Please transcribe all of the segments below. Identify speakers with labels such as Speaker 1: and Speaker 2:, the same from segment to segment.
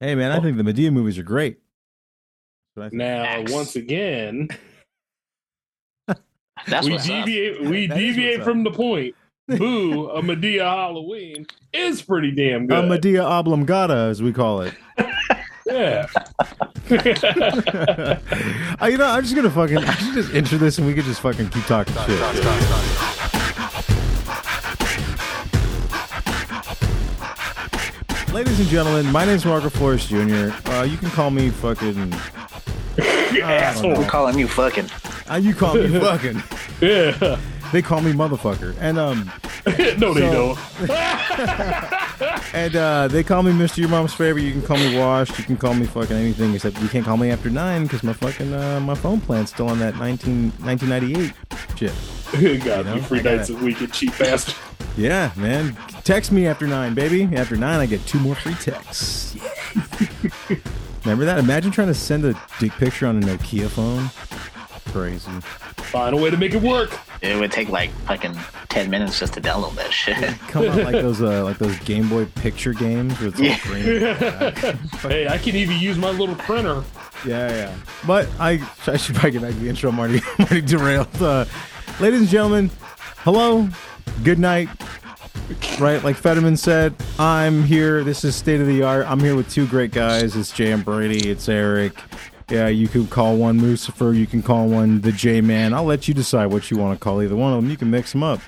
Speaker 1: Hey man,
Speaker 2: Oh.
Speaker 1: I think the Medea movies are great. But I think
Speaker 2: Now,
Speaker 3: Facts.
Speaker 2: once again,
Speaker 3: That's
Speaker 2: we
Speaker 3: what's
Speaker 2: deviate we
Speaker 1: That is what's
Speaker 2: deviate
Speaker 1: up.
Speaker 2: from the point. Boo, a Medea Halloween is pretty damn
Speaker 1: a
Speaker 2: good.
Speaker 1: Medea oblongata, as we call it.
Speaker 2: yeah.
Speaker 1: I, Uh, you know, I'm just gonna fucking I should just enter this and we could just fucking keep talking shit. Ladies and gentlemen, my name's Walker Flores Jr. Uh, you can call me fucking.
Speaker 3: up.
Speaker 2: Asshole.
Speaker 3: We're calling you fucking.
Speaker 1: Uh, you call me fucking.
Speaker 2: Yeah.
Speaker 1: They call me motherfucker, and um,
Speaker 2: no, they
Speaker 1: So-
Speaker 2: don't.
Speaker 1: and uh, they call me Mister Your Mom's Favorite. You can call me Washed. You can call me fucking anything except you can't call me after nine because my fucking uh, my phone plan's still on that 19, 1998 shit.
Speaker 2: God,
Speaker 1: know,
Speaker 2: you free
Speaker 1: I gotta-
Speaker 2: nights a week and cheap bastard.
Speaker 1: Yeah, man. Text me after nine, baby. After nine, I get two more free texts. Remember that? Imagine trying to send a dick picture on a Nokia phone. Crazy.
Speaker 2: Find a way to make it work.
Speaker 3: It would take like fucking 10 minutes just to download that shit.
Speaker 1: Come out like those, uh, like those Game Boy picture games with yeah.
Speaker 3: Yeah.
Speaker 1: green. Yeah,
Speaker 2: Hey, I can even use my little printer.
Speaker 1: yeah. But I, I should probably get back to the intro, Marty. Marty derailed. Uh, ladies and gentlemen, hello, good night. Right, like Fetterman said, I'm here. This is state of the art. I'm here with two great guys. It's Jam Brady. It's Eric. Yeah, you can call one Lucifer. You can call one the J Man. I'll let you decide what you want to call either one of them. You can mix them up.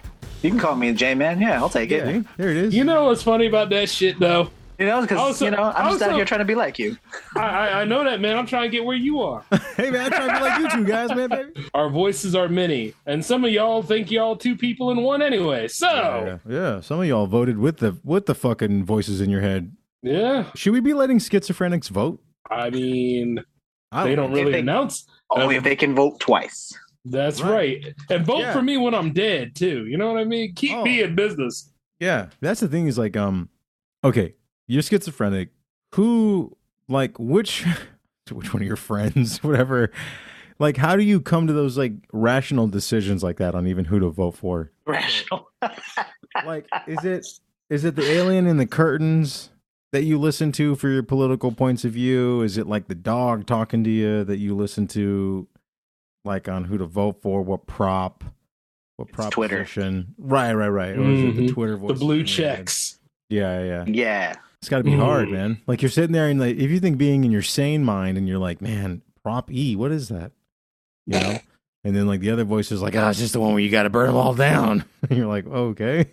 Speaker 3: You can call me J Man. Yeah, I'll take it.
Speaker 1: See? there it is.
Speaker 2: You know what's funny about that shit, though?
Speaker 3: You know, because
Speaker 2: Also-
Speaker 3: you know, I'm just out
Speaker 2: also-
Speaker 3: here trying to be like you.
Speaker 2: I, I, I know that, man. I'm trying to get where you are.
Speaker 1: hey man, I'm trying to be like you two guys, man, baby.
Speaker 2: Our voices are many, and some of y'all think y'all two people in one anyway. So,
Speaker 1: Yeah, yeah. Some of y'all voted with the with the fucking voices in your head.
Speaker 2: yeah,
Speaker 1: Should we be letting schizophrenics vote?
Speaker 2: I mean,
Speaker 1: I
Speaker 2: they don't really
Speaker 3: They-
Speaker 2: announce.
Speaker 1: Oh,
Speaker 3: Only if they can vote twice.
Speaker 2: That's
Speaker 1: Right.
Speaker 2: right. And vote
Speaker 1: Yeah.
Speaker 2: for me when I'm dead, too. You know what I mean? Keep
Speaker 1: Oh.
Speaker 2: me in business.
Speaker 1: Yeah, that's the thing is like um okay, you're schizophrenic. Who like which which one of your friends, whatever. Like how do you come to those like rational decisions like that on even who to vote for?
Speaker 3: Rational.
Speaker 1: Like is it is it the alien in the curtains that you listen to for your political points of view? Is it like the dog talking to you that you listen to like on who to vote for, what prop, what
Speaker 3: It's Twitter.
Speaker 1: proposition? Right, right, right. Or is it the
Speaker 2: Mhm.
Speaker 1: Twitter voice?
Speaker 2: The blue checks.
Speaker 1: Yeah, yeah.
Speaker 3: Yeah.
Speaker 1: It's got to be hard,
Speaker 2: Mm.
Speaker 1: man. Like you're sitting there and like if you think being in your sane mind and you're like, man, prop E, what is that? You know? and then like the other voice is like, ah, it's just the one where you got to burn them all down. and you're like, okay.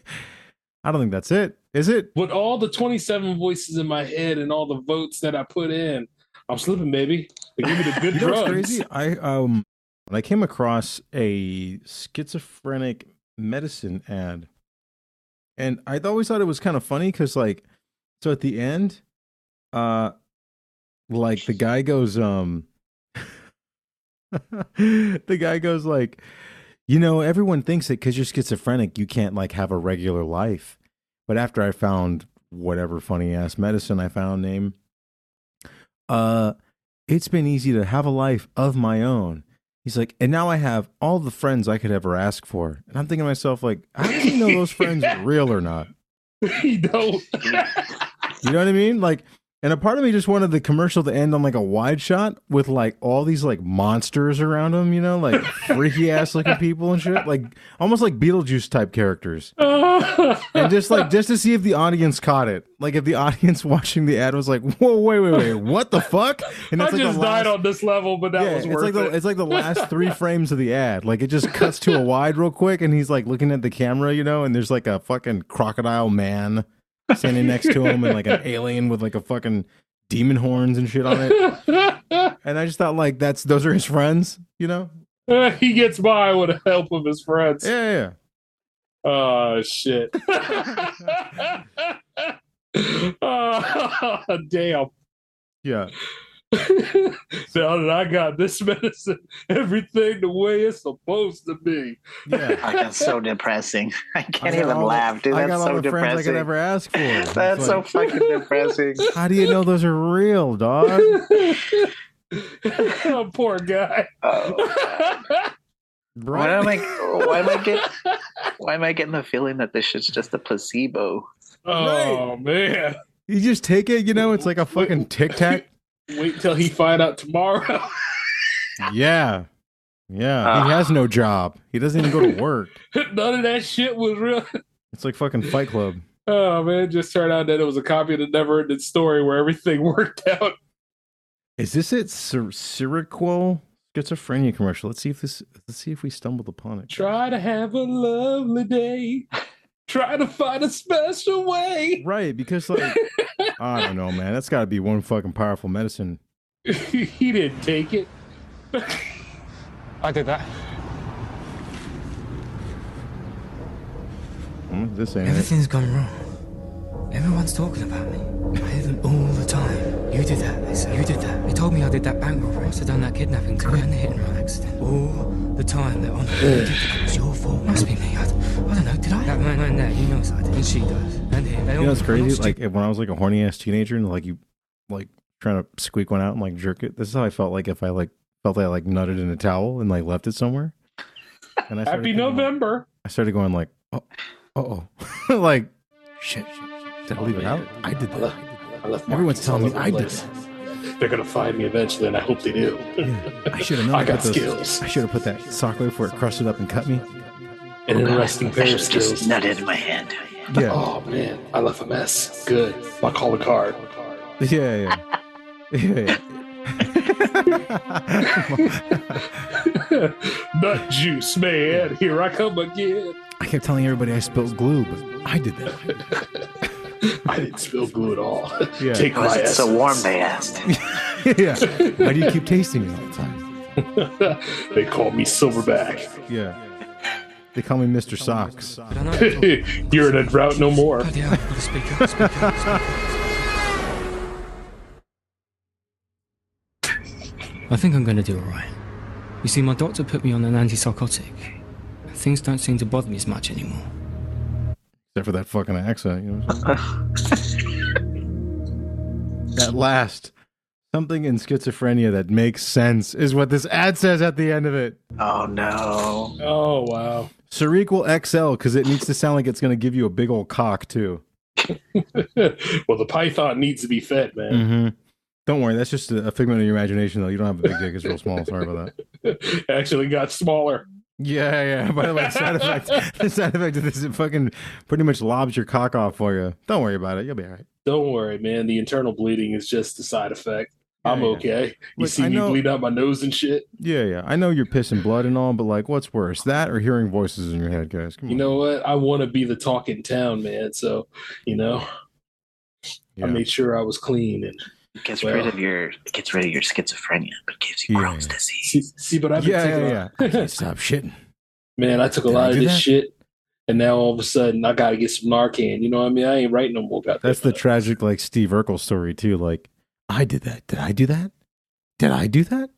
Speaker 1: I don't think that's it. Is it?
Speaker 2: With all the 27 voices in my head and all the votes that I put in, I'm slipping, baby. They give me the good
Speaker 1: You know what's
Speaker 2: drugs.
Speaker 1: crazy? I um when I came across a schizophrenic medicine ad, and I always thought it was kind of funny because like so at the end, uh like the guy goes, um the guy goes like, you know, everyone thinks that because you're schizophrenic, you can't like have a regular life. But after I found whatever funny ass medicine I found name, uh it's been easy to have a life of my own. He's like, and now I have all the friends I could ever ask for. And I'm thinking to myself, like, how do you know those friends are real or not?
Speaker 2: you don't.
Speaker 1: You know what I mean? Like, and a part of me just wanted the commercial to end on like a wide shot with like all these like monsters around him, you know, like freaky ass looking people and shit, like almost like Beetlejuice type characters. And just like just to see if the audience caught it, like if the audience watching the ad was like, "Whoa, wait, wait, wait, what the fuck?" And
Speaker 2: I
Speaker 1: that's, like, the
Speaker 2: just died
Speaker 1: last-
Speaker 2: on this level, but that
Speaker 1: yeah,
Speaker 2: was
Speaker 1: it's
Speaker 2: worth
Speaker 1: like the
Speaker 2: it.
Speaker 1: it's like the last three frames of the ad. Like it just cuts to a wide real quick, and he's like looking at the camera, you know, and there's like a fucking crocodile man standing next to him, and like an alien with like a fucking demon horns and shit on it. And I just thought like that's those are his friends, you know?
Speaker 2: he gets by with the help of his friends.
Speaker 1: Yeah, yeah, yeah.
Speaker 2: Oh shit! oh damn!
Speaker 1: yeah.
Speaker 2: now that I got this medicine, everything the way it's supposed to be.
Speaker 1: Yeah.
Speaker 3: Oh, that's so depressing. I can't
Speaker 1: I got
Speaker 3: even
Speaker 1: all the-
Speaker 3: laugh, dude.
Speaker 1: I
Speaker 3: That's
Speaker 1: got all
Speaker 3: so
Speaker 1: the friends I
Speaker 3: depressing.
Speaker 1: could ever ask for. It's
Speaker 3: That's so
Speaker 1: like,
Speaker 3: fucking depressing.
Speaker 1: How do you know those are real, dog?
Speaker 2: oh, poor guy.
Speaker 3: Oh. Why
Speaker 1: Right?
Speaker 3: am I? Why am I get? Why am I getting the feeling that this shit's just a placebo?
Speaker 2: oh man!
Speaker 1: You just take it, you know. It's like a fucking tic tac.
Speaker 2: Wait till he find out tomorrow.
Speaker 1: Yeah, yeah. He has no job. He doesn't even go to work.
Speaker 2: None of that shit was real.
Speaker 1: It's like fucking Fight Club.
Speaker 2: Oh man, it just turned out that it was a copy of the Never Ending Story where everything worked out.
Speaker 1: Is this it? Sir- Seroquel schizophrenia commercial. Let's see if this. Let's see if we stumbled upon it.
Speaker 2: Try to have a lovely day. Try to find a special way.
Speaker 1: Right, because like I don't know, man. That's got to be one fucking powerful medicine.
Speaker 2: he didn't take it.
Speaker 4: I did that.
Speaker 1: Hmm, this ain't it.
Speaker 5: Everything's gone wrong. Everyone's talking about me. I hear them all the time. You did that, they say. You did that. They told me I did that bank robbery. I also done that kidnapping too. And the hit and run accident. All the time they're on. it was your fault. Must be me. I, I don't know. Did I? That man right there, he knows I did. And she does. And here, they all.
Speaker 1: You know, it's
Speaker 5: I'm not
Speaker 1: crazy.
Speaker 5: stupid.
Speaker 1: Like when I was like a horny ass teenager and like you, like trying to squeak one out and like jerk it. This is how I felt like if I like felt like I like nutted in a towel and like left it somewhere. And I started
Speaker 2: Happy
Speaker 1: going,
Speaker 2: November.
Speaker 1: I started going like, oh, oh, oh. like shit, shit, shit. Did I leave it out? I did that.
Speaker 2: I left
Speaker 1: Everyone's telling me I did.
Speaker 2: this. They're gonna find me eventually, and I hope they do.
Speaker 1: I should have known.
Speaker 2: I got
Speaker 1: those-
Speaker 2: skills.
Speaker 1: I should have put that sock away before it crushed it up and cut me.
Speaker 2: An interesting
Speaker 3: I
Speaker 2: pair of
Speaker 3: just, just
Speaker 2: skills.
Speaker 3: nutted in my hand.
Speaker 1: Yeah.
Speaker 2: Oh man, I left a mess. Good. I'll call the card.
Speaker 1: Yeah, yeah. yeah, yeah.
Speaker 2: Nut juice, man. Here I come again.
Speaker 1: I kept telling everybody I spilled glue, but I did that.
Speaker 2: I didn't spill glue at all.
Speaker 1: Yeah.
Speaker 2: Take my
Speaker 3: Was it so
Speaker 2: essence.
Speaker 3: warm? They asked.
Speaker 1: yeah. Why do you keep tasting it all the time?
Speaker 2: they call me Silverback.
Speaker 1: Yeah. They call me Mr. Socks.
Speaker 5: But I know they talk-
Speaker 2: You're in a drought no more.
Speaker 5: Bloody hell, I've got to speak up, speak up, speak up. I think I'm going to do all right. You see, my doctor put me on an antipsychotic. and Things don't seem to bother me as much anymore.
Speaker 1: Except for that fucking accent. You know what I'm saying? At last, something in schizophrenia that makes sense is what this ad says at the end of it.
Speaker 3: Oh no.
Speaker 2: Oh wow.
Speaker 1: Serequel XL, because it needs to sound like it's going to give you a big old cock, too.
Speaker 2: well, the python needs to be fed, man.
Speaker 1: Mm-hmm. Don't worry, that's just a a figment of your imagination, though. You don't have a big dick; it's real small. Sorry about that.
Speaker 2: Actually, got smaller.
Speaker 1: Yeah, yeah. By the way, the side effect, the side effect of this, it fucking pretty much lobs your cock off for you. Don't worry about it; you'll be all right.
Speaker 2: Don't worry, man. The internal bleeding is just the side effect. I'm
Speaker 1: Yeah, yeah.
Speaker 2: okay. You
Speaker 1: Look,
Speaker 2: see
Speaker 1: I
Speaker 2: me
Speaker 1: know-
Speaker 2: bleed out my nose and shit.
Speaker 1: Yeah, yeah. I know you're pissing blood and all, but like, what's worse, that or hearing voices in your head, guys? Come on.
Speaker 2: You know what? I want to be the talk in town, man. So, you know,
Speaker 1: yeah.
Speaker 2: I made sure I was clean and
Speaker 3: It gets
Speaker 2: Well.
Speaker 3: rid of your it gets rid of your schizophrenia, but gives you
Speaker 1: Yeah.
Speaker 3: Crohn's disease.
Speaker 2: see. see but I've been
Speaker 1: yeah,
Speaker 2: taking
Speaker 1: yeah,
Speaker 2: a-
Speaker 1: yeah. I can't stop shitting.
Speaker 2: man, I took a
Speaker 1: Did I
Speaker 2: lot of
Speaker 1: do
Speaker 2: this
Speaker 1: that?
Speaker 2: shit, and now all of a sudden I got to get some Narcan. You know what I mean? I ain't writing no more about
Speaker 1: That's the
Speaker 2: that.
Speaker 1: tragic, like Steve Urkel story too. Like, I did that. Did I do that? Did I do that?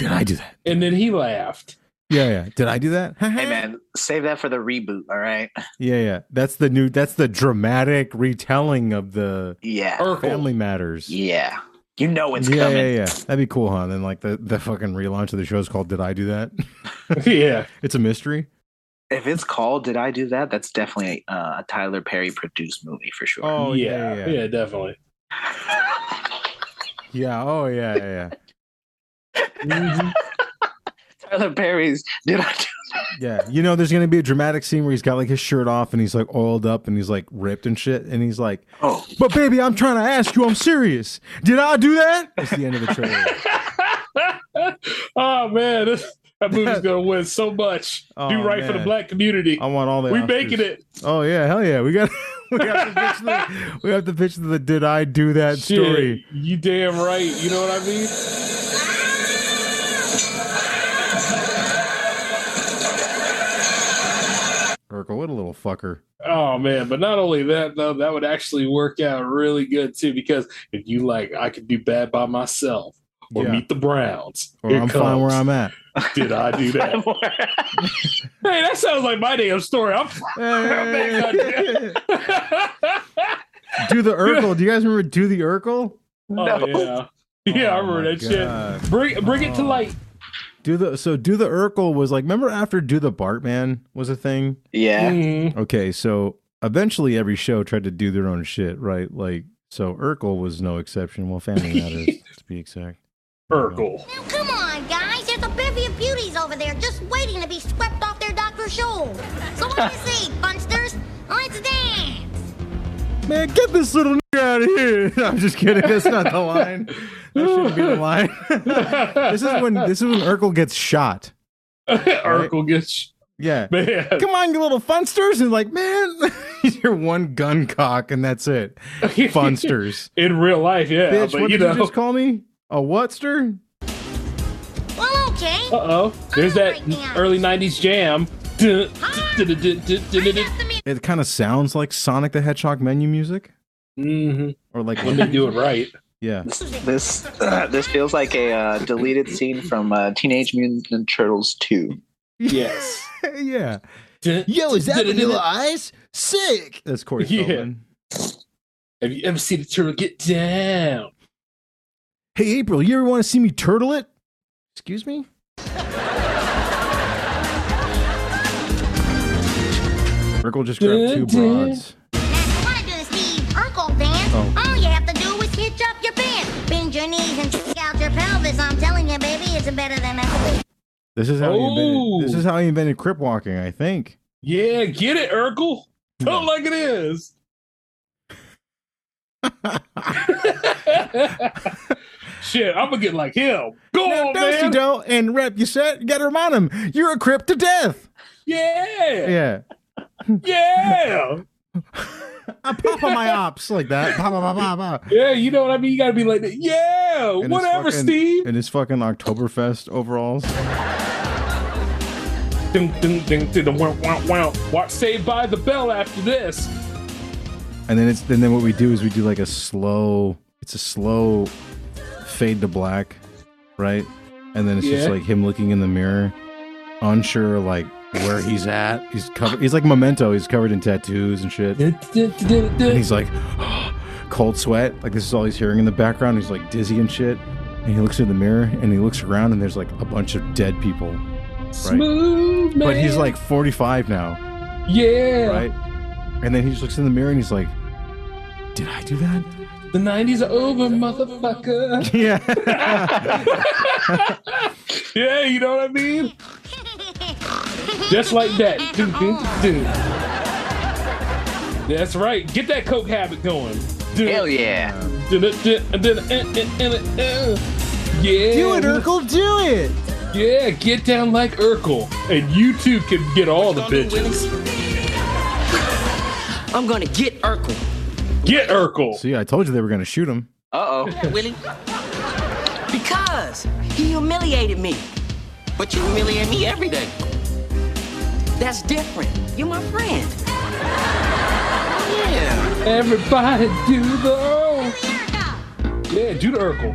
Speaker 1: Did I do that?
Speaker 2: and then he laughed.
Speaker 1: Yeah, yeah. Did I do that?
Speaker 3: Hey man, save that for the reboot, all right?
Speaker 1: Yeah, yeah. That's the new. That's the dramatic retelling of the
Speaker 3: Yeah.
Speaker 2: Urkel.
Speaker 1: Family Matters.
Speaker 3: Yeah. You know it's
Speaker 1: yeah,
Speaker 3: coming.
Speaker 1: yeah, yeah. That'd be cool, huh? And then like the the fucking relaunch of the show is called "Did I Do That?"
Speaker 2: yeah.
Speaker 1: it's a mystery.
Speaker 3: If it's called Did I Do That? That's definitely uh, a Tyler Perry produced movie for sure.
Speaker 1: Oh yeah,
Speaker 2: yeah,
Speaker 1: yeah,
Speaker 2: yeah,
Speaker 1: yeah.
Speaker 2: definitely.
Speaker 1: Yeah, Oh yeah, yeah. yeah. Mm-hmm,
Speaker 3: Tyler Perry's Did I Do
Speaker 1: Yeah, you know, there's gonna be a dramatic scene where he's got like his shirt off and he's like oiled up and he's like ripped and shit, and he's like,
Speaker 3: Oh.
Speaker 1: "But baby, I'm trying to ask you, I'm serious. Did I do that?" It's the end of the trailer.
Speaker 2: oh man, this, that movie's gonna win so much.
Speaker 1: Oh,
Speaker 2: Do right for the
Speaker 1: man.
Speaker 2: black community.
Speaker 1: I want all the
Speaker 2: we
Speaker 1: Oscars.
Speaker 2: making it.
Speaker 1: Oh yeah, hell yeah. We got we have to pitch the we have to pitch the "Did I do that?"
Speaker 2: Shit,
Speaker 1: story.
Speaker 2: You damn right. You know what I mean?
Speaker 1: Urkel, what a little fucker.
Speaker 2: Oh man, but not only that though, that would actually work out really good too. Because if you like, I could do bad by myself or
Speaker 1: Yeah.
Speaker 2: meet the Browns.
Speaker 1: Or
Speaker 2: Here
Speaker 1: I'm fine where
Speaker 2: comes.
Speaker 1: I'm at.
Speaker 2: Did I do that? hey,
Speaker 1: Oh,
Speaker 2: that sounds like my damn story. I'm
Speaker 1: Hey.
Speaker 2: oh
Speaker 1: do the Urkel. Do you guys remember Do the Urkel?
Speaker 2: Oh, yeah, yeah, I
Speaker 1: Oh,
Speaker 2: remember
Speaker 1: my
Speaker 2: that
Speaker 1: God. Oh.
Speaker 2: shit. Bring bring it to light.
Speaker 1: Do the so Do the Urkel was like remember after Do the Bartman was a thing.
Speaker 3: Yeah.
Speaker 2: Mhm.
Speaker 1: Okay, so eventually every show tried to do their own shit, right? Like So Urkel was no exception. Well, Family Matters, to be exact.
Speaker 2: Urkel.
Speaker 6: Now, come on, guys. There's a bevy of beauties over there just waiting to be swept off their doctor's shoal. So what do you say, funsters? Let's dance.
Speaker 1: Man, get this little nigger out of here. No, I'm just kidding. That's not the line. That shouldn't be the line. this is when this is when Urkel gets shot.
Speaker 2: Urkel gets
Speaker 1: Yeah.
Speaker 2: man.
Speaker 1: Come on, you little funsters, and like, man, you're one gun cock, and that's it. Funsters.
Speaker 2: in real life, yeah.
Speaker 1: Bitch,
Speaker 2: but
Speaker 1: what
Speaker 2: you
Speaker 1: did
Speaker 2: know,
Speaker 1: you just call me? A whatster?
Speaker 6: Well, okay.
Speaker 2: uh oh, there's that
Speaker 6: Alright,
Speaker 2: early '90s jam.
Speaker 6: Bring up the music.
Speaker 1: It kind of sounds like Sonic the Hedgehog menu music,
Speaker 2: Mhm.
Speaker 1: or like,
Speaker 2: When they do it right,
Speaker 1: yeah,
Speaker 3: This this uh, this feels like a uh, deleted scene from uh, Teenage Mutant Turtles Two.
Speaker 2: yes.
Speaker 1: yeah. Yo, is that Vanilla Ice? Sick. That's Corey
Speaker 2: Yeah.
Speaker 1: Feldman.
Speaker 2: Have you ever seen a turtle get down?
Speaker 1: Hey, April, you ever want to see me turtle it? Excuse me? Urkel just grabbed two broads.
Speaker 6: Now, if you want to do the Steve Urkel dance,
Speaker 1: Oh.
Speaker 6: all you have to do is hitch up your pants, bend your knees, and check out your pelvis. I'm telling you, baby, it's better than that.
Speaker 1: This is how he
Speaker 2: Oh.
Speaker 1: invented. This is how he invented crip walking, I think.
Speaker 2: Yeah, get it, Urkel. Tell it like it is. Shit, I'm gonna get like him. Go on, man.
Speaker 1: dough and rep your set. You gotta remind him you're a crip to death.
Speaker 2: Yeah,
Speaker 1: Yeah,
Speaker 2: yeah,
Speaker 1: I pop on my ops like that. Pop, pop, pop, pop, pop.
Speaker 2: yeah. You know what I mean? You gotta be like, that. yeah,
Speaker 1: And his
Speaker 2: whatever,
Speaker 1: fucking-
Speaker 2: Steve.
Speaker 1: And his fucking Oktoberfest overalls.
Speaker 2: Ding, ding, ding, ding, ding, wow, wow, wow. Watch Saved by the Bell after this.
Speaker 1: And then it's and then what we do is we do like a slow it's a slow fade to black, right? And then it's just
Speaker 2: Yeah.
Speaker 1: like him looking in the mirror, unsure like where he's at. He's covered he's like memento, he's covered in tattoos and shit. And he's like cold sweat, like this is all he's hearing in the background. He's like dizzy and shit. And he looks in the mirror and he looks around and there's like a bunch of dead people.
Speaker 2: Smooth, man.
Speaker 1: But he's like 45 now,
Speaker 2: yeah.
Speaker 1: right? And then he just looks in the mirror and he's like, "Did I do that?"
Speaker 2: The '90s are over, motherfucker.
Speaker 1: Yeah.
Speaker 2: Yeah, you know what I mean? Just like that. Do, do, do. That's right. Get that coke habit going. Do,
Speaker 3: Hell yeah!
Speaker 2: do, do, do, do, uh, uh, uh, uh. Yeah.
Speaker 1: Urkel, do it.
Speaker 2: Yeah, get down like Urkel. And you too can get all the bitches.
Speaker 7: I'm gonna get Urkel.
Speaker 2: Get Urkel.
Speaker 1: See, I told you they were going to shoot him.
Speaker 3: Uh oh.
Speaker 7: Willie. Because he humiliated me. But you humiliate me every day. That's different. You're my friend. Yeah.
Speaker 2: Everybody do the Yeah, do the Urkel.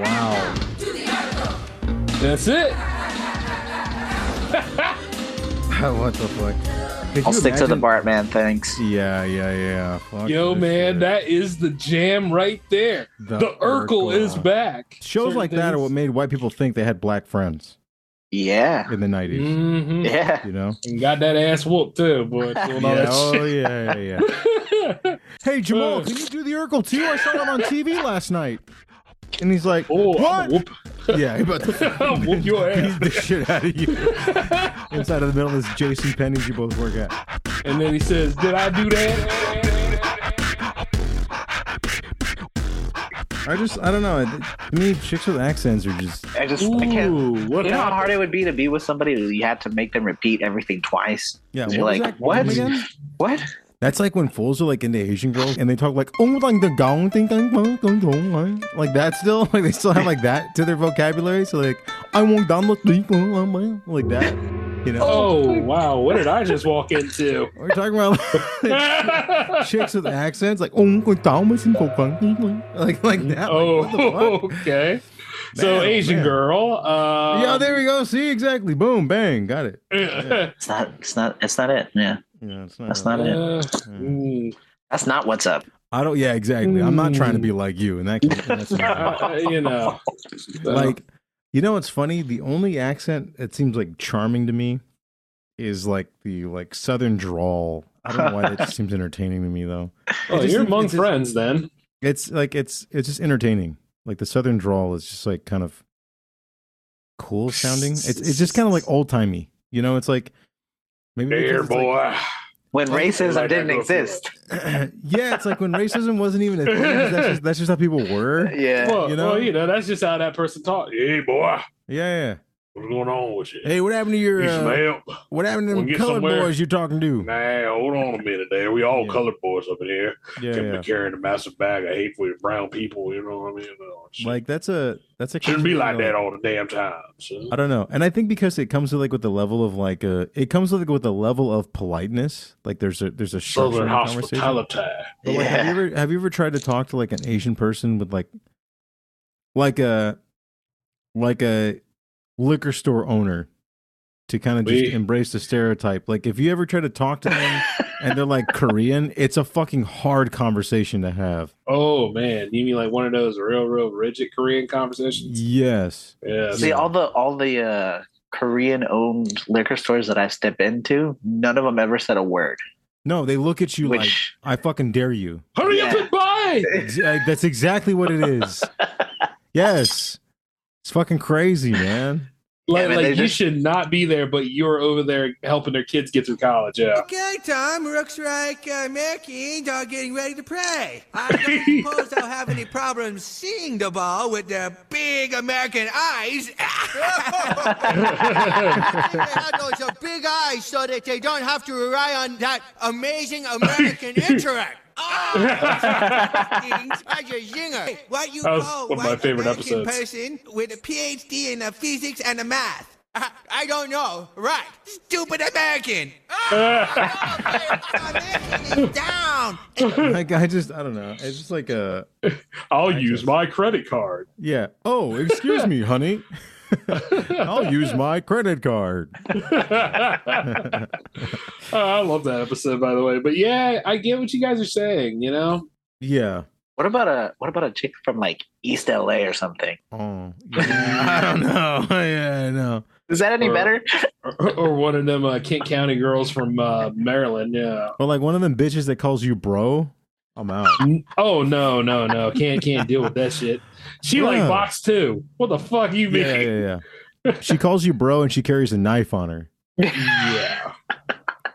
Speaker 1: Wow.
Speaker 2: That's it.
Speaker 1: what the fuck? Could
Speaker 3: I'll
Speaker 1: you
Speaker 3: stick to the
Speaker 1: imagine-
Speaker 3: Bartman. Thanks.
Speaker 1: Yeah, yeah, yeah. Fuck
Speaker 2: Yo,
Speaker 1: this
Speaker 2: man,
Speaker 1: shit.
Speaker 2: that is the jam right there.
Speaker 1: The
Speaker 2: The, Urkel,
Speaker 1: Urkel.
Speaker 2: is back.
Speaker 1: Shows like that are what made white people think they had black friends
Speaker 3: Yeah.
Speaker 1: in the 90s,
Speaker 2: hmm
Speaker 3: Yeah.
Speaker 1: you know?
Speaker 2: And got that ass whooped too, boy. Doing
Speaker 1: Yeah,
Speaker 2: all that
Speaker 1: oh,
Speaker 2: shit.
Speaker 1: yeah, yeah, yeah. hey, Jamal,
Speaker 2: Uh.
Speaker 1: can you do the Urkel too? I saw him on TV last night. And he's like,
Speaker 2: Oh,
Speaker 1: what?
Speaker 2: I'ma whoop,
Speaker 1: Yeah, oh. he about to
Speaker 2: I'ma whoop your
Speaker 1: beat
Speaker 2: ass.
Speaker 1: the shit out of you. Inside of the middle of this JC Penney's you both work at.
Speaker 2: And then he says, Did I do that?
Speaker 1: I just, I don't know. To me, chicks with accents are just
Speaker 3: I just I can't.
Speaker 2: Ooh, what
Speaker 3: You know how
Speaker 2: happened?
Speaker 3: hard it would be to be with somebody who you had to make them repeat everything twice.
Speaker 1: Yeah,
Speaker 3: You're
Speaker 1: what was
Speaker 3: like,
Speaker 1: that one
Speaker 3: what?
Speaker 1: again?
Speaker 3: What?
Speaker 1: That's like when fools are like into Asian girls and they talk like oh like the gong ding dong dong dong dong dong." like that still like they still have like that to their vocabulary so like I won't download ding, dong, dong, dong," like that you know
Speaker 2: Oh, wow. What did I just walk into?
Speaker 1: we're talking about chicks with accents like oh like down with some dong, dong, dong, dong," like like that like,
Speaker 2: oh,
Speaker 1: what the fuck?
Speaker 2: okay. so,
Speaker 1: Man,
Speaker 2: Asian
Speaker 1: man.
Speaker 2: girl. Uh,
Speaker 1: yeah there we go see exactly boom bang got it
Speaker 3: It's not. It's not. It's not it. Yeah.
Speaker 1: yeah it's not
Speaker 3: That's not it.
Speaker 2: Uh, mm,
Speaker 3: That's not what's up.
Speaker 1: I don't yeah exactly I'm not trying to
Speaker 3: Mm.
Speaker 1: be like you and that can, that's
Speaker 2: I- you know,
Speaker 1: like you know what's funny the only accent that seems like charming to me is like the like southern drawl I don't know why that just seems entertaining to me though.
Speaker 2: Oh,
Speaker 1: just-
Speaker 2: you're among
Speaker 1: it's just-
Speaker 2: friends then.
Speaker 1: It's like it's it's just entertaining. Like the southern drawl is just like kind of cool sounding. It's it's just kind of like old timey. You know, it's like maybe because
Speaker 2: Dear
Speaker 1: it's like-
Speaker 2: boy.
Speaker 3: When racism
Speaker 2: Like I
Speaker 3: didn't
Speaker 2: go for it.
Speaker 3: exist.
Speaker 1: yeah, it's like when racism wasn't even a thing. 'cause That's just, that's just how people were. Yeah,
Speaker 3: Yeah.
Speaker 2: well,
Speaker 1: you know?
Speaker 2: you know? well, you know, that's just how that person talked. Hey, boy,
Speaker 1: yeah.
Speaker 2: what's going on with you?
Speaker 1: Hey, what happened to your
Speaker 2: Need some
Speaker 1: uh,
Speaker 2: help?
Speaker 1: what happened to
Speaker 2: We'll
Speaker 1: them
Speaker 2: get
Speaker 1: colored
Speaker 2: somewhere.
Speaker 1: boys you talking to?
Speaker 2: Nah, hold on a minute there. We all
Speaker 1: Yeah.
Speaker 2: colored boys up in here.
Speaker 1: Yeah,
Speaker 2: Can't
Speaker 1: yeah.
Speaker 2: be carrying a massive bag of hate for your brown people, you know what I mean? Oh, shit.
Speaker 1: Like that's a that's a
Speaker 2: Shouldn't be
Speaker 1: you
Speaker 2: like
Speaker 1: know,
Speaker 2: that all the damn time. So.
Speaker 1: I don't know, and I think because it comes with like with the level of like uh it comes with like with the level of politeness. Like there's a there's a structure in
Speaker 2: Southern
Speaker 1: the conversation.
Speaker 2: hospitality.
Speaker 1: But like, have you ever have you ever tried to talk to like an Asian person with like like a like a liquor store owner to kind of just
Speaker 2: We-
Speaker 1: embrace the stereotype? Like if you ever try to talk to them and they're like Korean, it's a fucking hard conversation to have.
Speaker 2: Oh man, you mean like one of those real, real rigid Korean conversations?
Speaker 1: Yes.
Speaker 2: Yeah.
Speaker 3: See all the all the uh, Korean owned liquor stores that I step into, none of them ever said a word.
Speaker 1: No, they look at you like
Speaker 3: Which
Speaker 1: I fucking dare you.
Speaker 2: Hurry up
Speaker 3: Yeah.
Speaker 2: and buy.
Speaker 1: Ex- uh, That's exactly what it is. Yes. It's fucking crazy, man.
Speaker 2: Like,
Speaker 3: man,
Speaker 2: like
Speaker 3: they
Speaker 2: you
Speaker 3: just-
Speaker 2: should not be there, but you're over there helping their kids get through college. Yeah.
Speaker 8: Okay, Tom, looks like uh, Mackie and are getting ready to play. I don't suppose they'll have any problems seeing the ball with their big American eyes. they have those uh, big eyes so that they don't have to rely on that amazing American intellect. Such a zinger. What you
Speaker 2: That was
Speaker 8: call
Speaker 2: one of my
Speaker 8: white
Speaker 2: favorite
Speaker 8: American
Speaker 2: episodes.
Speaker 8: person with a PhD in uh, physics and uh, math? I, I don't know. Right. Stupid American. Ah, American is down.
Speaker 1: Like I just I don't know. It's just like a
Speaker 2: I'll use my credit card.
Speaker 1: Yeah. Oh, excuse me, honey. I'll use my credit card.
Speaker 2: Oh, I love that episode, by the way. But yeah, I get what you guys are saying. You know,
Speaker 1: Yeah.
Speaker 3: what about a what about a chick from like East LA or something?
Speaker 1: Oh. I don't know. Yeah, I know.
Speaker 3: Is that any
Speaker 2: Or-
Speaker 3: better?
Speaker 2: or, or one of them uh, Kent County girls from uh, Maryland. Yeah.
Speaker 1: Well, like one of them bitches that calls you bro, I'm out.
Speaker 2: Oh no, no, no! Can't can't deal with that shit. She like
Speaker 1: Yeah.
Speaker 2: box two. What the fuck you mean?
Speaker 1: Yeah, yeah, yeah. She calls you bro and she carries a knife on her.
Speaker 2: Yeah.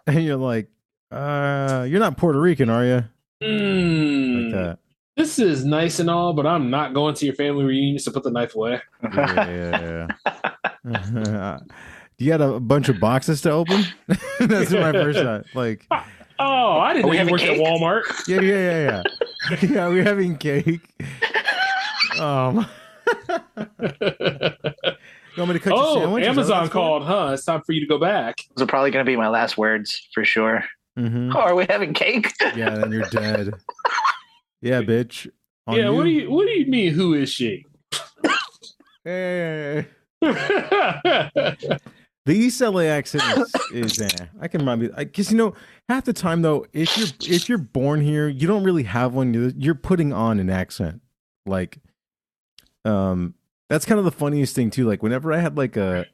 Speaker 1: And you're like, uh, you're not Puerto Rican, are you? Like
Speaker 2: Mm.
Speaker 1: that.
Speaker 2: This is nice and all, but I'm not going to your family reunion, so put the knife away.
Speaker 1: Yeah, yeah, yeah. you got a bunch of boxes to open? That's my first thought. Like,
Speaker 2: Oh, I didn't
Speaker 3: Are we
Speaker 2: know you
Speaker 3: having
Speaker 2: worked at
Speaker 3: cake?
Speaker 2: Walmart.
Speaker 1: yeah, yeah, yeah, yeah. yeah, we're having cake. Um, you want me to cut your
Speaker 2: oh,
Speaker 1: sandwich? Is that what
Speaker 2: Amazon
Speaker 1: it's
Speaker 2: called, huh? It's time for you to go back.
Speaker 3: Those are probably going to be my last words for sure.
Speaker 1: for? Mhm.
Speaker 3: Oh, are we having cake?
Speaker 1: Yeah, then you're dead. Yeah, bitch. On
Speaker 2: yeah. What do you What do you mean? Who is she?
Speaker 1: Hey.
Speaker 2: yeah,
Speaker 1: The East LA accent is, is eh. I can remind me. I guess you know half the time though, if you're if you're born here, you don't really have one. You're, you're putting on an accent. Like, um, that's kind of the funniest thing too. Like whenever I had like a,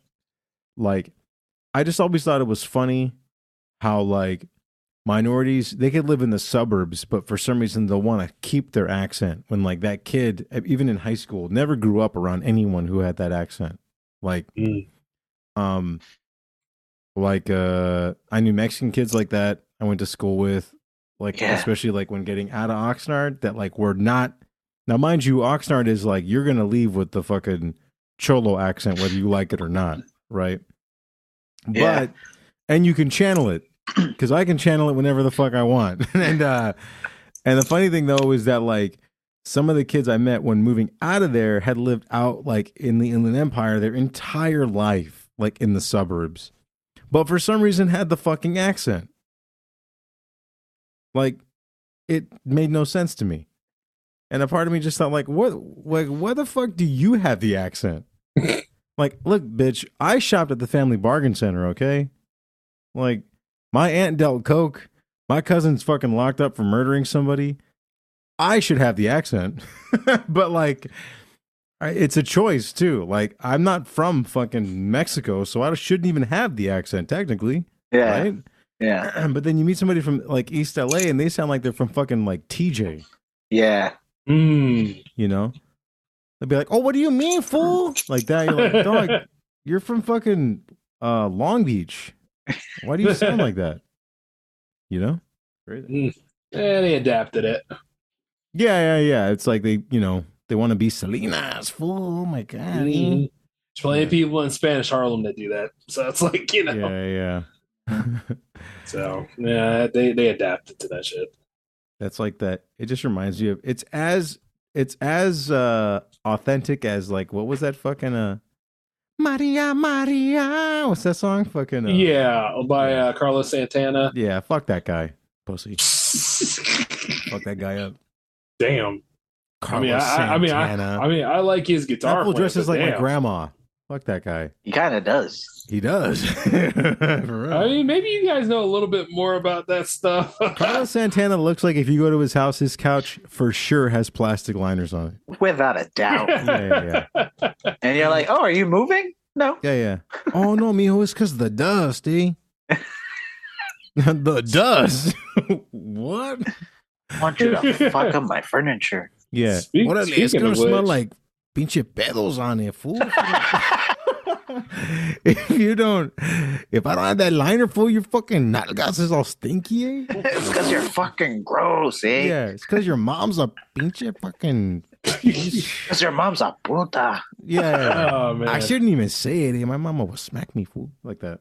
Speaker 1: like, I just always thought it was funny how like minorities they could live in the suburbs, but for some reason they'll want to keep their accent. When like that kid, e, even in high school, never grew up around anyone who had that accent. Like um like uh i knew mexican kids like that i went to school with like
Speaker 3: Yeah.
Speaker 1: especially like when getting out of oxnard that like were not now mind you oxnard is like you're gonna leave with the fucking cholo accent whether you like it or not right
Speaker 3: Yeah.
Speaker 1: but and you can channel it because i can channel it whenever the fuck i want and uh and the funny thing though is that like some of the kids I met when moving out of there had lived out like in the Inland Empire their entire life, like in the suburbs, but for some reason had the fucking accent. Like, it made no sense to me, and a part of me just thought, like, what, like, why the fuck do you have the accent? like, look, bitch, I shopped at the family bargain center, okay? Like, my aunt dealt coke. My cousin's fucking locked up for murdering somebody. I should have the accent, but like, I- it's a choice too. Like, I'm not from fucking Mexico, so I shouldn't even have the accent technically,
Speaker 3: Yeah.
Speaker 1: right?
Speaker 3: Yeah.
Speaker 1: but then you meet somebody from like East LA and they sound like they're from fucking like TJ,
Speaker 3: Yeah.
Speaker 2: Mm.
Speaker 1: you know? They'd be like, "Oh, what do you mean, fool?" Like that. You're like, "Dog, you're from fucking uh, Long Beach. Why do you sound like that?" You know?
Speaker 2: Yeah, they adapted it.
Speaker 1: Yeah, yeah, yeah. It's like they, you know, they want to be Selena's fool. Oh my god.
Speaker 2: Mm. There's plenty of people in Spanish Harlem that do that. So it's like, you know.
Speaker 1: Yeah, yeah.
Speaker 2: So yeah, they, they adapted to that shit.
Speaker 1: That's like that. It just reminds you of it's as it's as uh authentic as like what was that fucking uh Maria Maria what's that song fucking uh,
Speaker 2: Yeah, by uh, Carlos Santana.
Speaker 1: yeah fuck that guy pussy fuck that guy up
Speaker 2: Damn. I mean, I, I- I mean, I, I mean, I like his guitar.
Speaker 1: that fool
Speaker 2: playing,
Speaker 1: dresses
Speaker 2: but
Speaker 1: like my
Speaker 2: damn.
Speaker 1: grandma fuck that guy
Speaker 3: He kind of does.
Speaker 1: he does For real.
Speaker 2: I mean, maybe you guys know a little bit more about that stuff.
Speaker 1: Carlos Santana looks like if you go to his house his couch for sure has plastic liners on it
Speaker 3: Without a doubt.
Speaker 1: yeah yeah yeah
Speaker 3: and you're like, oh, are you moving? No.
Speaker 1: Yeah, yeah. Oh no, mijo, it's cause the dust, eh? the dust. what?
Speaker 3: I want you to fuck up my furniture.
Speaker 1: Yeah.
Speaker 2: Speak-
Speaker 1: Órale, it's
Speaker 2: speaking
Speaker 1: gonna
Speaker 2: of
Speaker 1: smell
Speaker 2: which-
Speaker 1: like pinche pedos on it, fool. if you don't, if I don't have that liner, fool, your fucking nalgas is all stinky, eh?
Speaker 3: it's because you're fucking gross, eh?
Speaker 1: Yeah, it's cause your mom's a pinche fucking.
Speaker 3: Because your mom's a puta.
Speaker 1: Yeah.
Speaker 2: oh man,
Speaker 1: I shouldn't even say it. eh? My mama would smack me, fool, like that.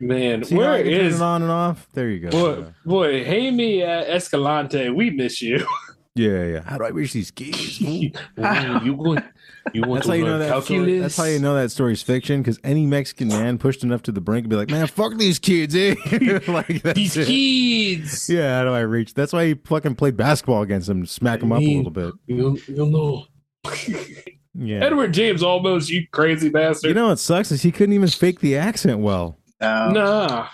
Speaker 2: man,
Speaker 1: See how
Speaker 2: where
Speaker 1: I can turn
Speaker 2: is
Speaker 1: it on and off? There you go.
Speaker 2: boy, boy? Hey, me, uh, Escalante, we miss you.
Speaker 1: Yeah, yeah. How do I reach these keys?
Speaker 2: you going? You want
Speaker 1: That's
Speaker 2: to
Speaker 1: how you know
Speaker 2: learn
Speaker 1: that. Story,
Speaker 2: calculus?
Speaker 1: that's how you know that story's fiction because any Mexican man pushed enough to the brink would be like, "Man, fuck these kids, eh?" like that's
Speaker 2: These
Speaker 1: it.
Speaker 2: kids.
Speaker 1: Yeah, how do I reach? That's why he fucking played basketball against them, smack them up a
Speaker 2: Me.
Speaker 1: little bit.
Speaker 2: You'll, you'll know.
Speaker 1: Yeah.
Speaker 2: Edward James almost, you crazy bastard.
Speaker 1: You know what sucks is he couldn't even fake the accent well.
Speaker 3: No.
Speaker 2: Nah.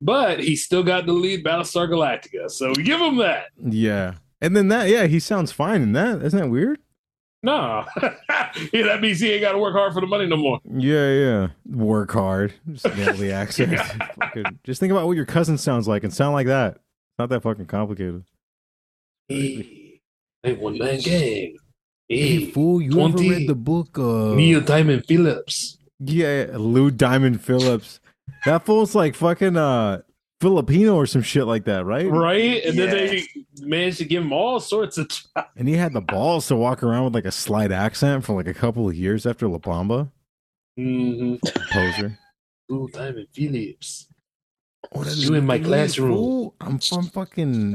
Speaker 2: But he still got the lead Battlestar Galactica, so give him that.
Speaker 1: Yeah. And then that, yeah, he sounds fine in that. Isn't that weird?
Speaker 2: Nah. yeah, that means he ain't got to work hard for the money no more.
Speaker 1: Yeah, yeah. Work hard. Just nail the accent. Fucking- Just think about what your cousin sounds like and sound like that. Not that fucking complicated.
Speaker 2: Hey, one man gang.
Speaker 1: fool, you
Speaker 2: ever Twenty- read the
Speaker 1: book? Uh,
Speaker 2: Neil Diamond Phillips.
Speaker 1: Yeah, Lou Diamond Phillips. That fool's like fucking uh Filipino or some shit like that, right?
Speaker 2: Right? And then
Speaker 3: Yeah.
Speaker 2: they managed to give him all sorts of.
Speaker 1: And he had the balls to walk around with like a slight accent for like a couple of years after La Bamba.
Speaker 2: mm-hmm.
Speaker 1: Poser.
Speaker 2: Lou Diamond Phillips.
Speaker 1: What
Speaker 2: is You in my this, classroom. fool?
Speaker 1: I'm from fucking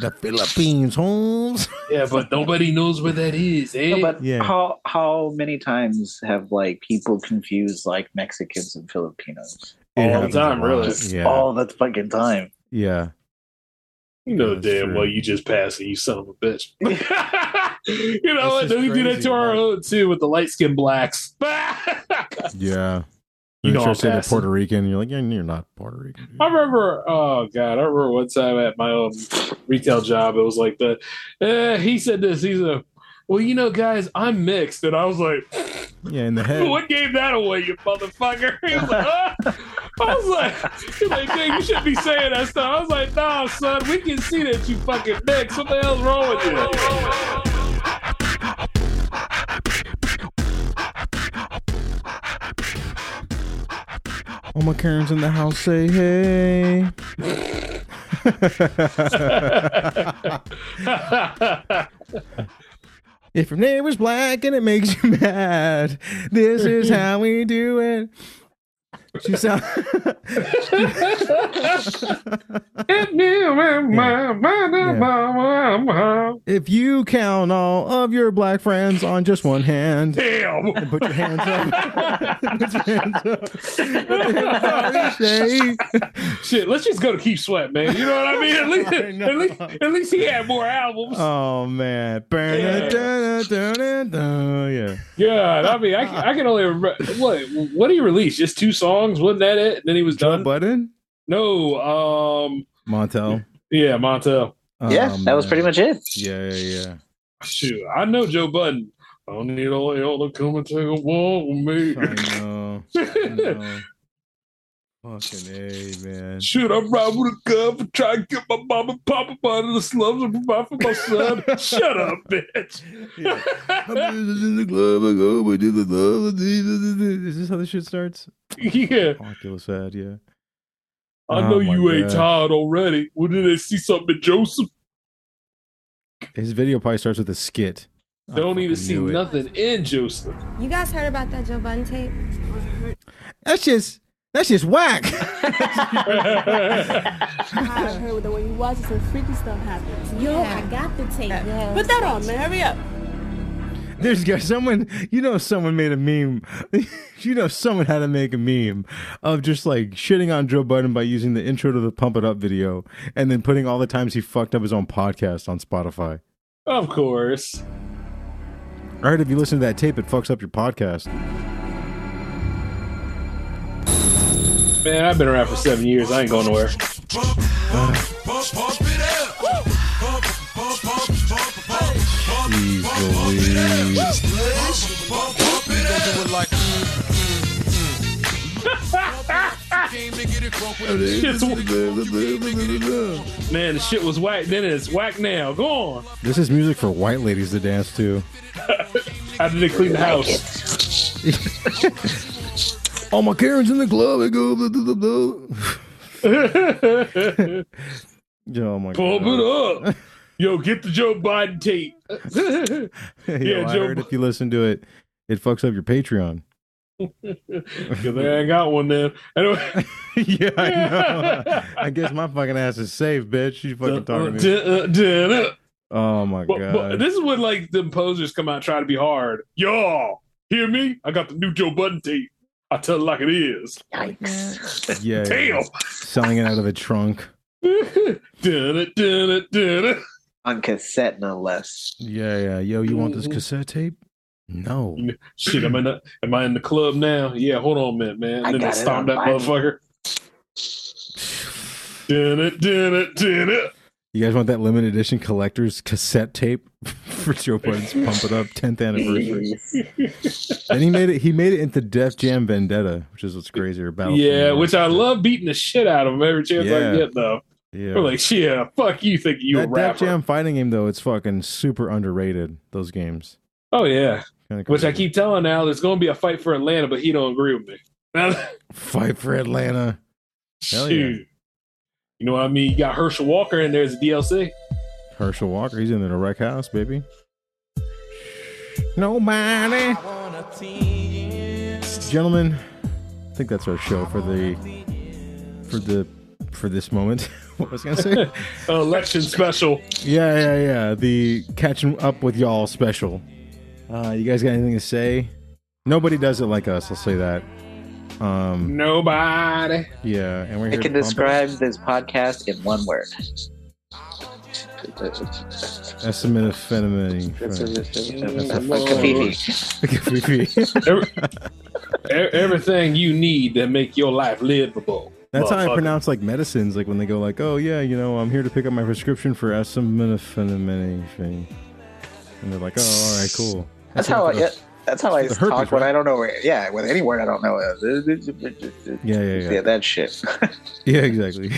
Speaker 1: the Philippines, Holmes.
Speaker 2: Yeah, but nobody knows where that is, eh?
Speaker 3: No, but
Speaker 1: Yeah.
Speaker 3: how how many times have like people confused like Mexicans and Filipinos
Speaker 2: All the time, really.
Speaker 1: Uh, Yeah.
Speaker 3: all the fucking time?
Speaker 1: yeah.
Speaker 2: You know
Speaker 1: Yeah, that's
Speaker 2: damn
Speaker 1: true.
Speaker 2: well you just passing, you son of a bitch. you know what?
Speaker 1: That's just
Speaker 2: We do that
Speaker 1: crazy,
Speaker 2: to our
Speaker 1: like-
Speaker 2: own too with the light skinned blacks.
Speaker 1: Yeah.
Speaker 2: You
Speaker 1: You
Speaker 2: know
Speaker 1: know,
Speaker 2: I'm
Speaker 1: say they're
Speaker 2: passing.
Speaker 1: Puerto Rican. You're like, yeah, you're not Puerto Rican. dude."
Speaker 2: I remember, oh god, I remember one time at my own retail job, it was like the, eh, he said this, he's a, well, you know, guys, I'm mixed, and I was like,
Speaker 1: Yeah, in the head.
Speaker 2: what gave that away, you motherfucker? He was like, "Huh?" I was like, he's like, "Dude, you shouldn't be saying that stuff. I was like, nah, son, we can see that you fucking mixed. What the hell's wrong with you?
Speaker 1: All my Karens in the house say hey. if your neighbor's black and it makes you mad, this is how we do it. She sounds. if you count all of your black friends on just one hand,
Speaker 2: Damn.
Speaker 1: and put your hands up. put your hands up. Put your hands up. Say,
Speaker 2: Shit, let's just go to Keep Sweat, man. You know what I mean? At least,
Speaker 1: I know.
Speaker 2: at least, at least he had more albums.
Speaker 1: Oh man.
Speaker 2: Yeah.
Speaker 1: Ba-da-da-da-da-da. Yeah.
Speaker 2: God, I mean, I,
Speaker 1: uh,
Speaker 2: can- I can only remember what what did he release? Just two songs, wasn't that it? And then he was done.
Speaker 1: Button?
Speaker 2: No, um,
Speaker 1: Montel.
Speaker 2: yeah, Montel.
Speaker 3: yeah,
Speaker 1: Oh,
Speaker 3: that was
Speaker 1: man.
Speaker 3: pretty much it.
Speaker 1: Yeah, yeah, yeah.
Speaker 2: Shoot, I know Joe Budden. I don't need all y'all to come and take a walk with me.
Speaker 1: I know. I know. Fucking A, man.
Speaker 2: Shoot, I'm robbing with a gun for trying to get my mom and papa out of the slums and provide for my son. Shut up, bitch.
Speaker 1: Is this how this shit starts?
Speaker 2: yeah.
Speaker 1: Oculus ad, yeah.
Speaker 2: I know
Speaker 1: Oh my
Speaker 2: you ain't
Speaker 1: God.
Speaker 2: tired already. Well, did they see something in Joseph?
Speaker 1: His video probably starts with a skit. I
Speaker 2: They don't
Speaker 1: fucking
Speaker 2: even see
Speaker 1: knew it.
Speaker 2: nothing in Joseph.
Speaker 9: You guys heard about that Joe Budden tape?
Speaker 1: That's just that's just whack.
Speaker 9: I heard that when you watch it, some freaky stuff happens. Yo, I got the tape. Put that on, man. Hurry up.
Speaker 1: There's got someone you know someone made a meme. you know someone had to make a meme of just like shitting on Joe Budden by using the intro to the Pump It Up video and then putting all the times he fucked up his own podcast on Spotify.
Speaker 2: Of course.
Speaker 1: I heard if you listen to that tape, it fucks up your podcast.
Speaker 2: Man, I've been around for seven years. I ain't going nowhere. Shit's, man, the shit was whack then and it's whack now. Go on.
Speaker 1: This is music for white ladies to dance to.
Speaker 2: How did they clean the house?
Speaker 1: All my Karen's in the club. I go. Blah, blah, blah, blah. oh my
Speaker 2: Pump
Speaker 1: god.
Speaker 2: it up. Yo, get the Joe Biden tape.
Speaker 1: Yo,
Speaker 2: Yeah,
Speaker 1: I
Speaker 2: Joe
Speaker 1: heard
Speaker 2: Bu-
Speaker 1: if you listen to it, it fucks up your Patreon.
Speaker 2: 'Cause they ain't got one then. Anyway,
Speaker 1: yeah, I know. I guess my fucking ass is safe, bitch. You fucking talking to me.
Speaker 2: Duh, duh, duh.
Speaker 1: Oh my
Speaker 2: Uh, But, but
Speaker 1: god.
Speaker 2: this is when like the posers come out and try to be hard. Y'all, hear me? I got the new Joe Budden tape. I tell it like it is.
Speaker 3: Yikes.
Speaker 1: Yeah,
Speaker 2: Damn.
Speaker 1: selling it out of a trunk.
Speaker 2: Dun it, dun it, dun it.
Speaker 3: On cassette, no less.
Speaker 1: Yeah, yeah. Yo, you want this
Speaker 2: Mhm.
Speaker 1: cassette tape? No.
Speaker 2: Shit, am I not, am I in the club now? Yeah, hold on a minute, man.
Speaker 3: I
Speaker 2: And then I
Speaker 3: got it
Speaker 2: stomp
Speaker 3: on
Speaker 2: that
Speaker 3: Bible.
Speaker 2: motherfucker. Dun it, dun it, dun it.
Speaker 1: You guys want that limited edition collector's cassette tape for Joe Budden's Pump It Up 10th anniversary? and he made it. He made it into Def Jam Vendetta, which is what's crazy. Or Battle for
Speaker 2: Yeah,
Speaker 1: New
Speaker 2: which
Speaker 1: York.
Speaker 2: I love beating the shit out of him every chance
Speaker 1: Yeah.
Speaker 2: I get, though.
Speaker 1: Yeah.
Speaker 2: We're like, yeah, fuck you, think you a
Speaker 1: that Def
Speaker 2: rapper?
Speaker 1: Jam fighting game though, it's fucking super underrated. Those games.
Speaker 2: Oh yeah,
Speaker 1: Kinda
Speaker 2: which I
Speaker 1: crazy.
Speaker 2: keep telling Al, there's going to be a fight for Atlanta, but he don't agree with me.
Speaker 1: fight for Atlanta. Hell yeah.
Speaker 2: Shoot. You know what I mean? You got Herschel Walker in there as a DLC.
Speaker 1: Herschel Walker, he's in the wreck house, baby. Nobody. Gentlemen, I think that's our show for the for the for this moment. what was I gonna say?
Speaker 2: Election special.
Speaker 1: yeah, yeah, yeah. The catching up with y'all special. Uh, you guys got anything to say? Nobody does it like us. I'll say that. Um,
Speaker 2: Nobody.
Speaker 1: yeah, and we're
Speaker 3: I
Speaker 1: here
Speaker 3: can
Speaker 1: to pump it.
Speaker 3: describe this podcast in one word.
Speaker 1: Acetaminophen.
Speaker 3: Kafifi.
Speaker 2: Every- e- everything you need to make your life livable.
Speaker 1: That's how I
Speaker 2: Motherfucker.
Speaker 1: pronounce like medicines, like when they go like, "Oh yeah, you know, I'm here to pick up my prescription for acetaminophen," and they're like, "Oh, all right, cool."
Speaker 3: That's how I.
Speaker 1: Yeah,
Speaker 3: Yeah, that's how I
Speaker 1: the herpes,
Speaker 3: talk when
Speaker 1: right?
Speaker 3: I don't know where. Yeah, with any word I don't know.
Speaker 1: yeah, yeah.
Speaker 3: yeah that shit.
Speaker 1: yeah exactly.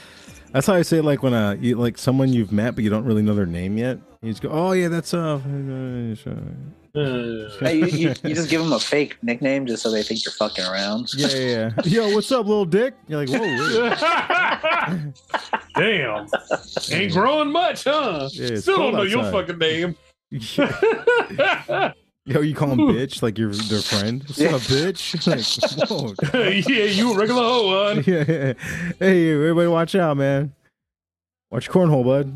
Speaker 1: that's how I say like when uh, you, like someone you've met but you don't really know their name yet. You just go, "Oh yeah, that's uh."
Speaker 2: Uh,
Speaker 3: Hey, you, you, you just give them a fake nickname just so they think you're fucking around.
Speaker 1: Yeah, yeah, yeah. Yo, what's up, little dick? You're like, whoa. wait."
Speaker 2: Damn. Ain't growing much, huh?
Speaker 1: Yeah, it's
Speaker 2: Still don't
Speaker 1: cold
Speaker 2: know your
Speaker 1: outside.
Speaker 2: fucking name.
Speaker 1: Yo, you call him bitch, like you're their friend. What's up, bitch? Like, whoa.
Speaker 2: yeah, you a regular hoe, uh, hun.
Speaker 1: yeah, yeah. Hey, everybody, watch out, man. Watch cornhole, bud.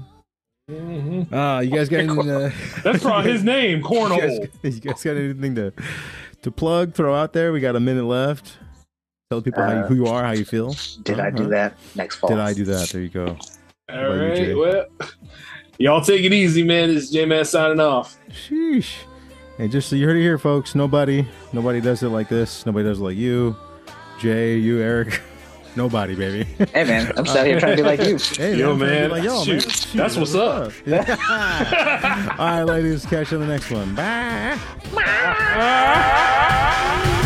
Speaker 2: Mm-hmm.
Speaker 1: Uh, you guys got anything to,
Speaker 2: That's probably his name,
Speaker 1: you guys,
Speaker 2: Cornhole.
Speaker 1: you guys got anything to to plug, throw out there? We got a minute left. Tell people how you,
Speaker 3: Uh,
Speaker 1: who you are, how you feel.
Speaker 3: Did I do
Speaker 1: Uh-huh.
Speaker 3: that next fall?
Speaker 1: Did I do that? There you go.
Speaker 2: All
Speaker 1: about you, Jay?
Speaker 2: right, well, y'all take it easy, man. This is J Man signing off.
Speaker 1: Sheesh. And just so you heard it here, folks. Nobody, nobody does it like this. Nobody does it like you, Jay, you, Eric. Nobody, baby.
Speaker 3: Hey man, I'm just out here trying to be like you.
Speaker 1: Hey,
Speaker 2: Yo,
Speaker 1: I'm trying to be
Speaker 2: man.
Speaker 1: like y'all, man.
Speaker 2: Shoot. That's what's up.
Speaker 1: All right, ladies. Catch you on the next one. Bye.
Speaker 2: Ah!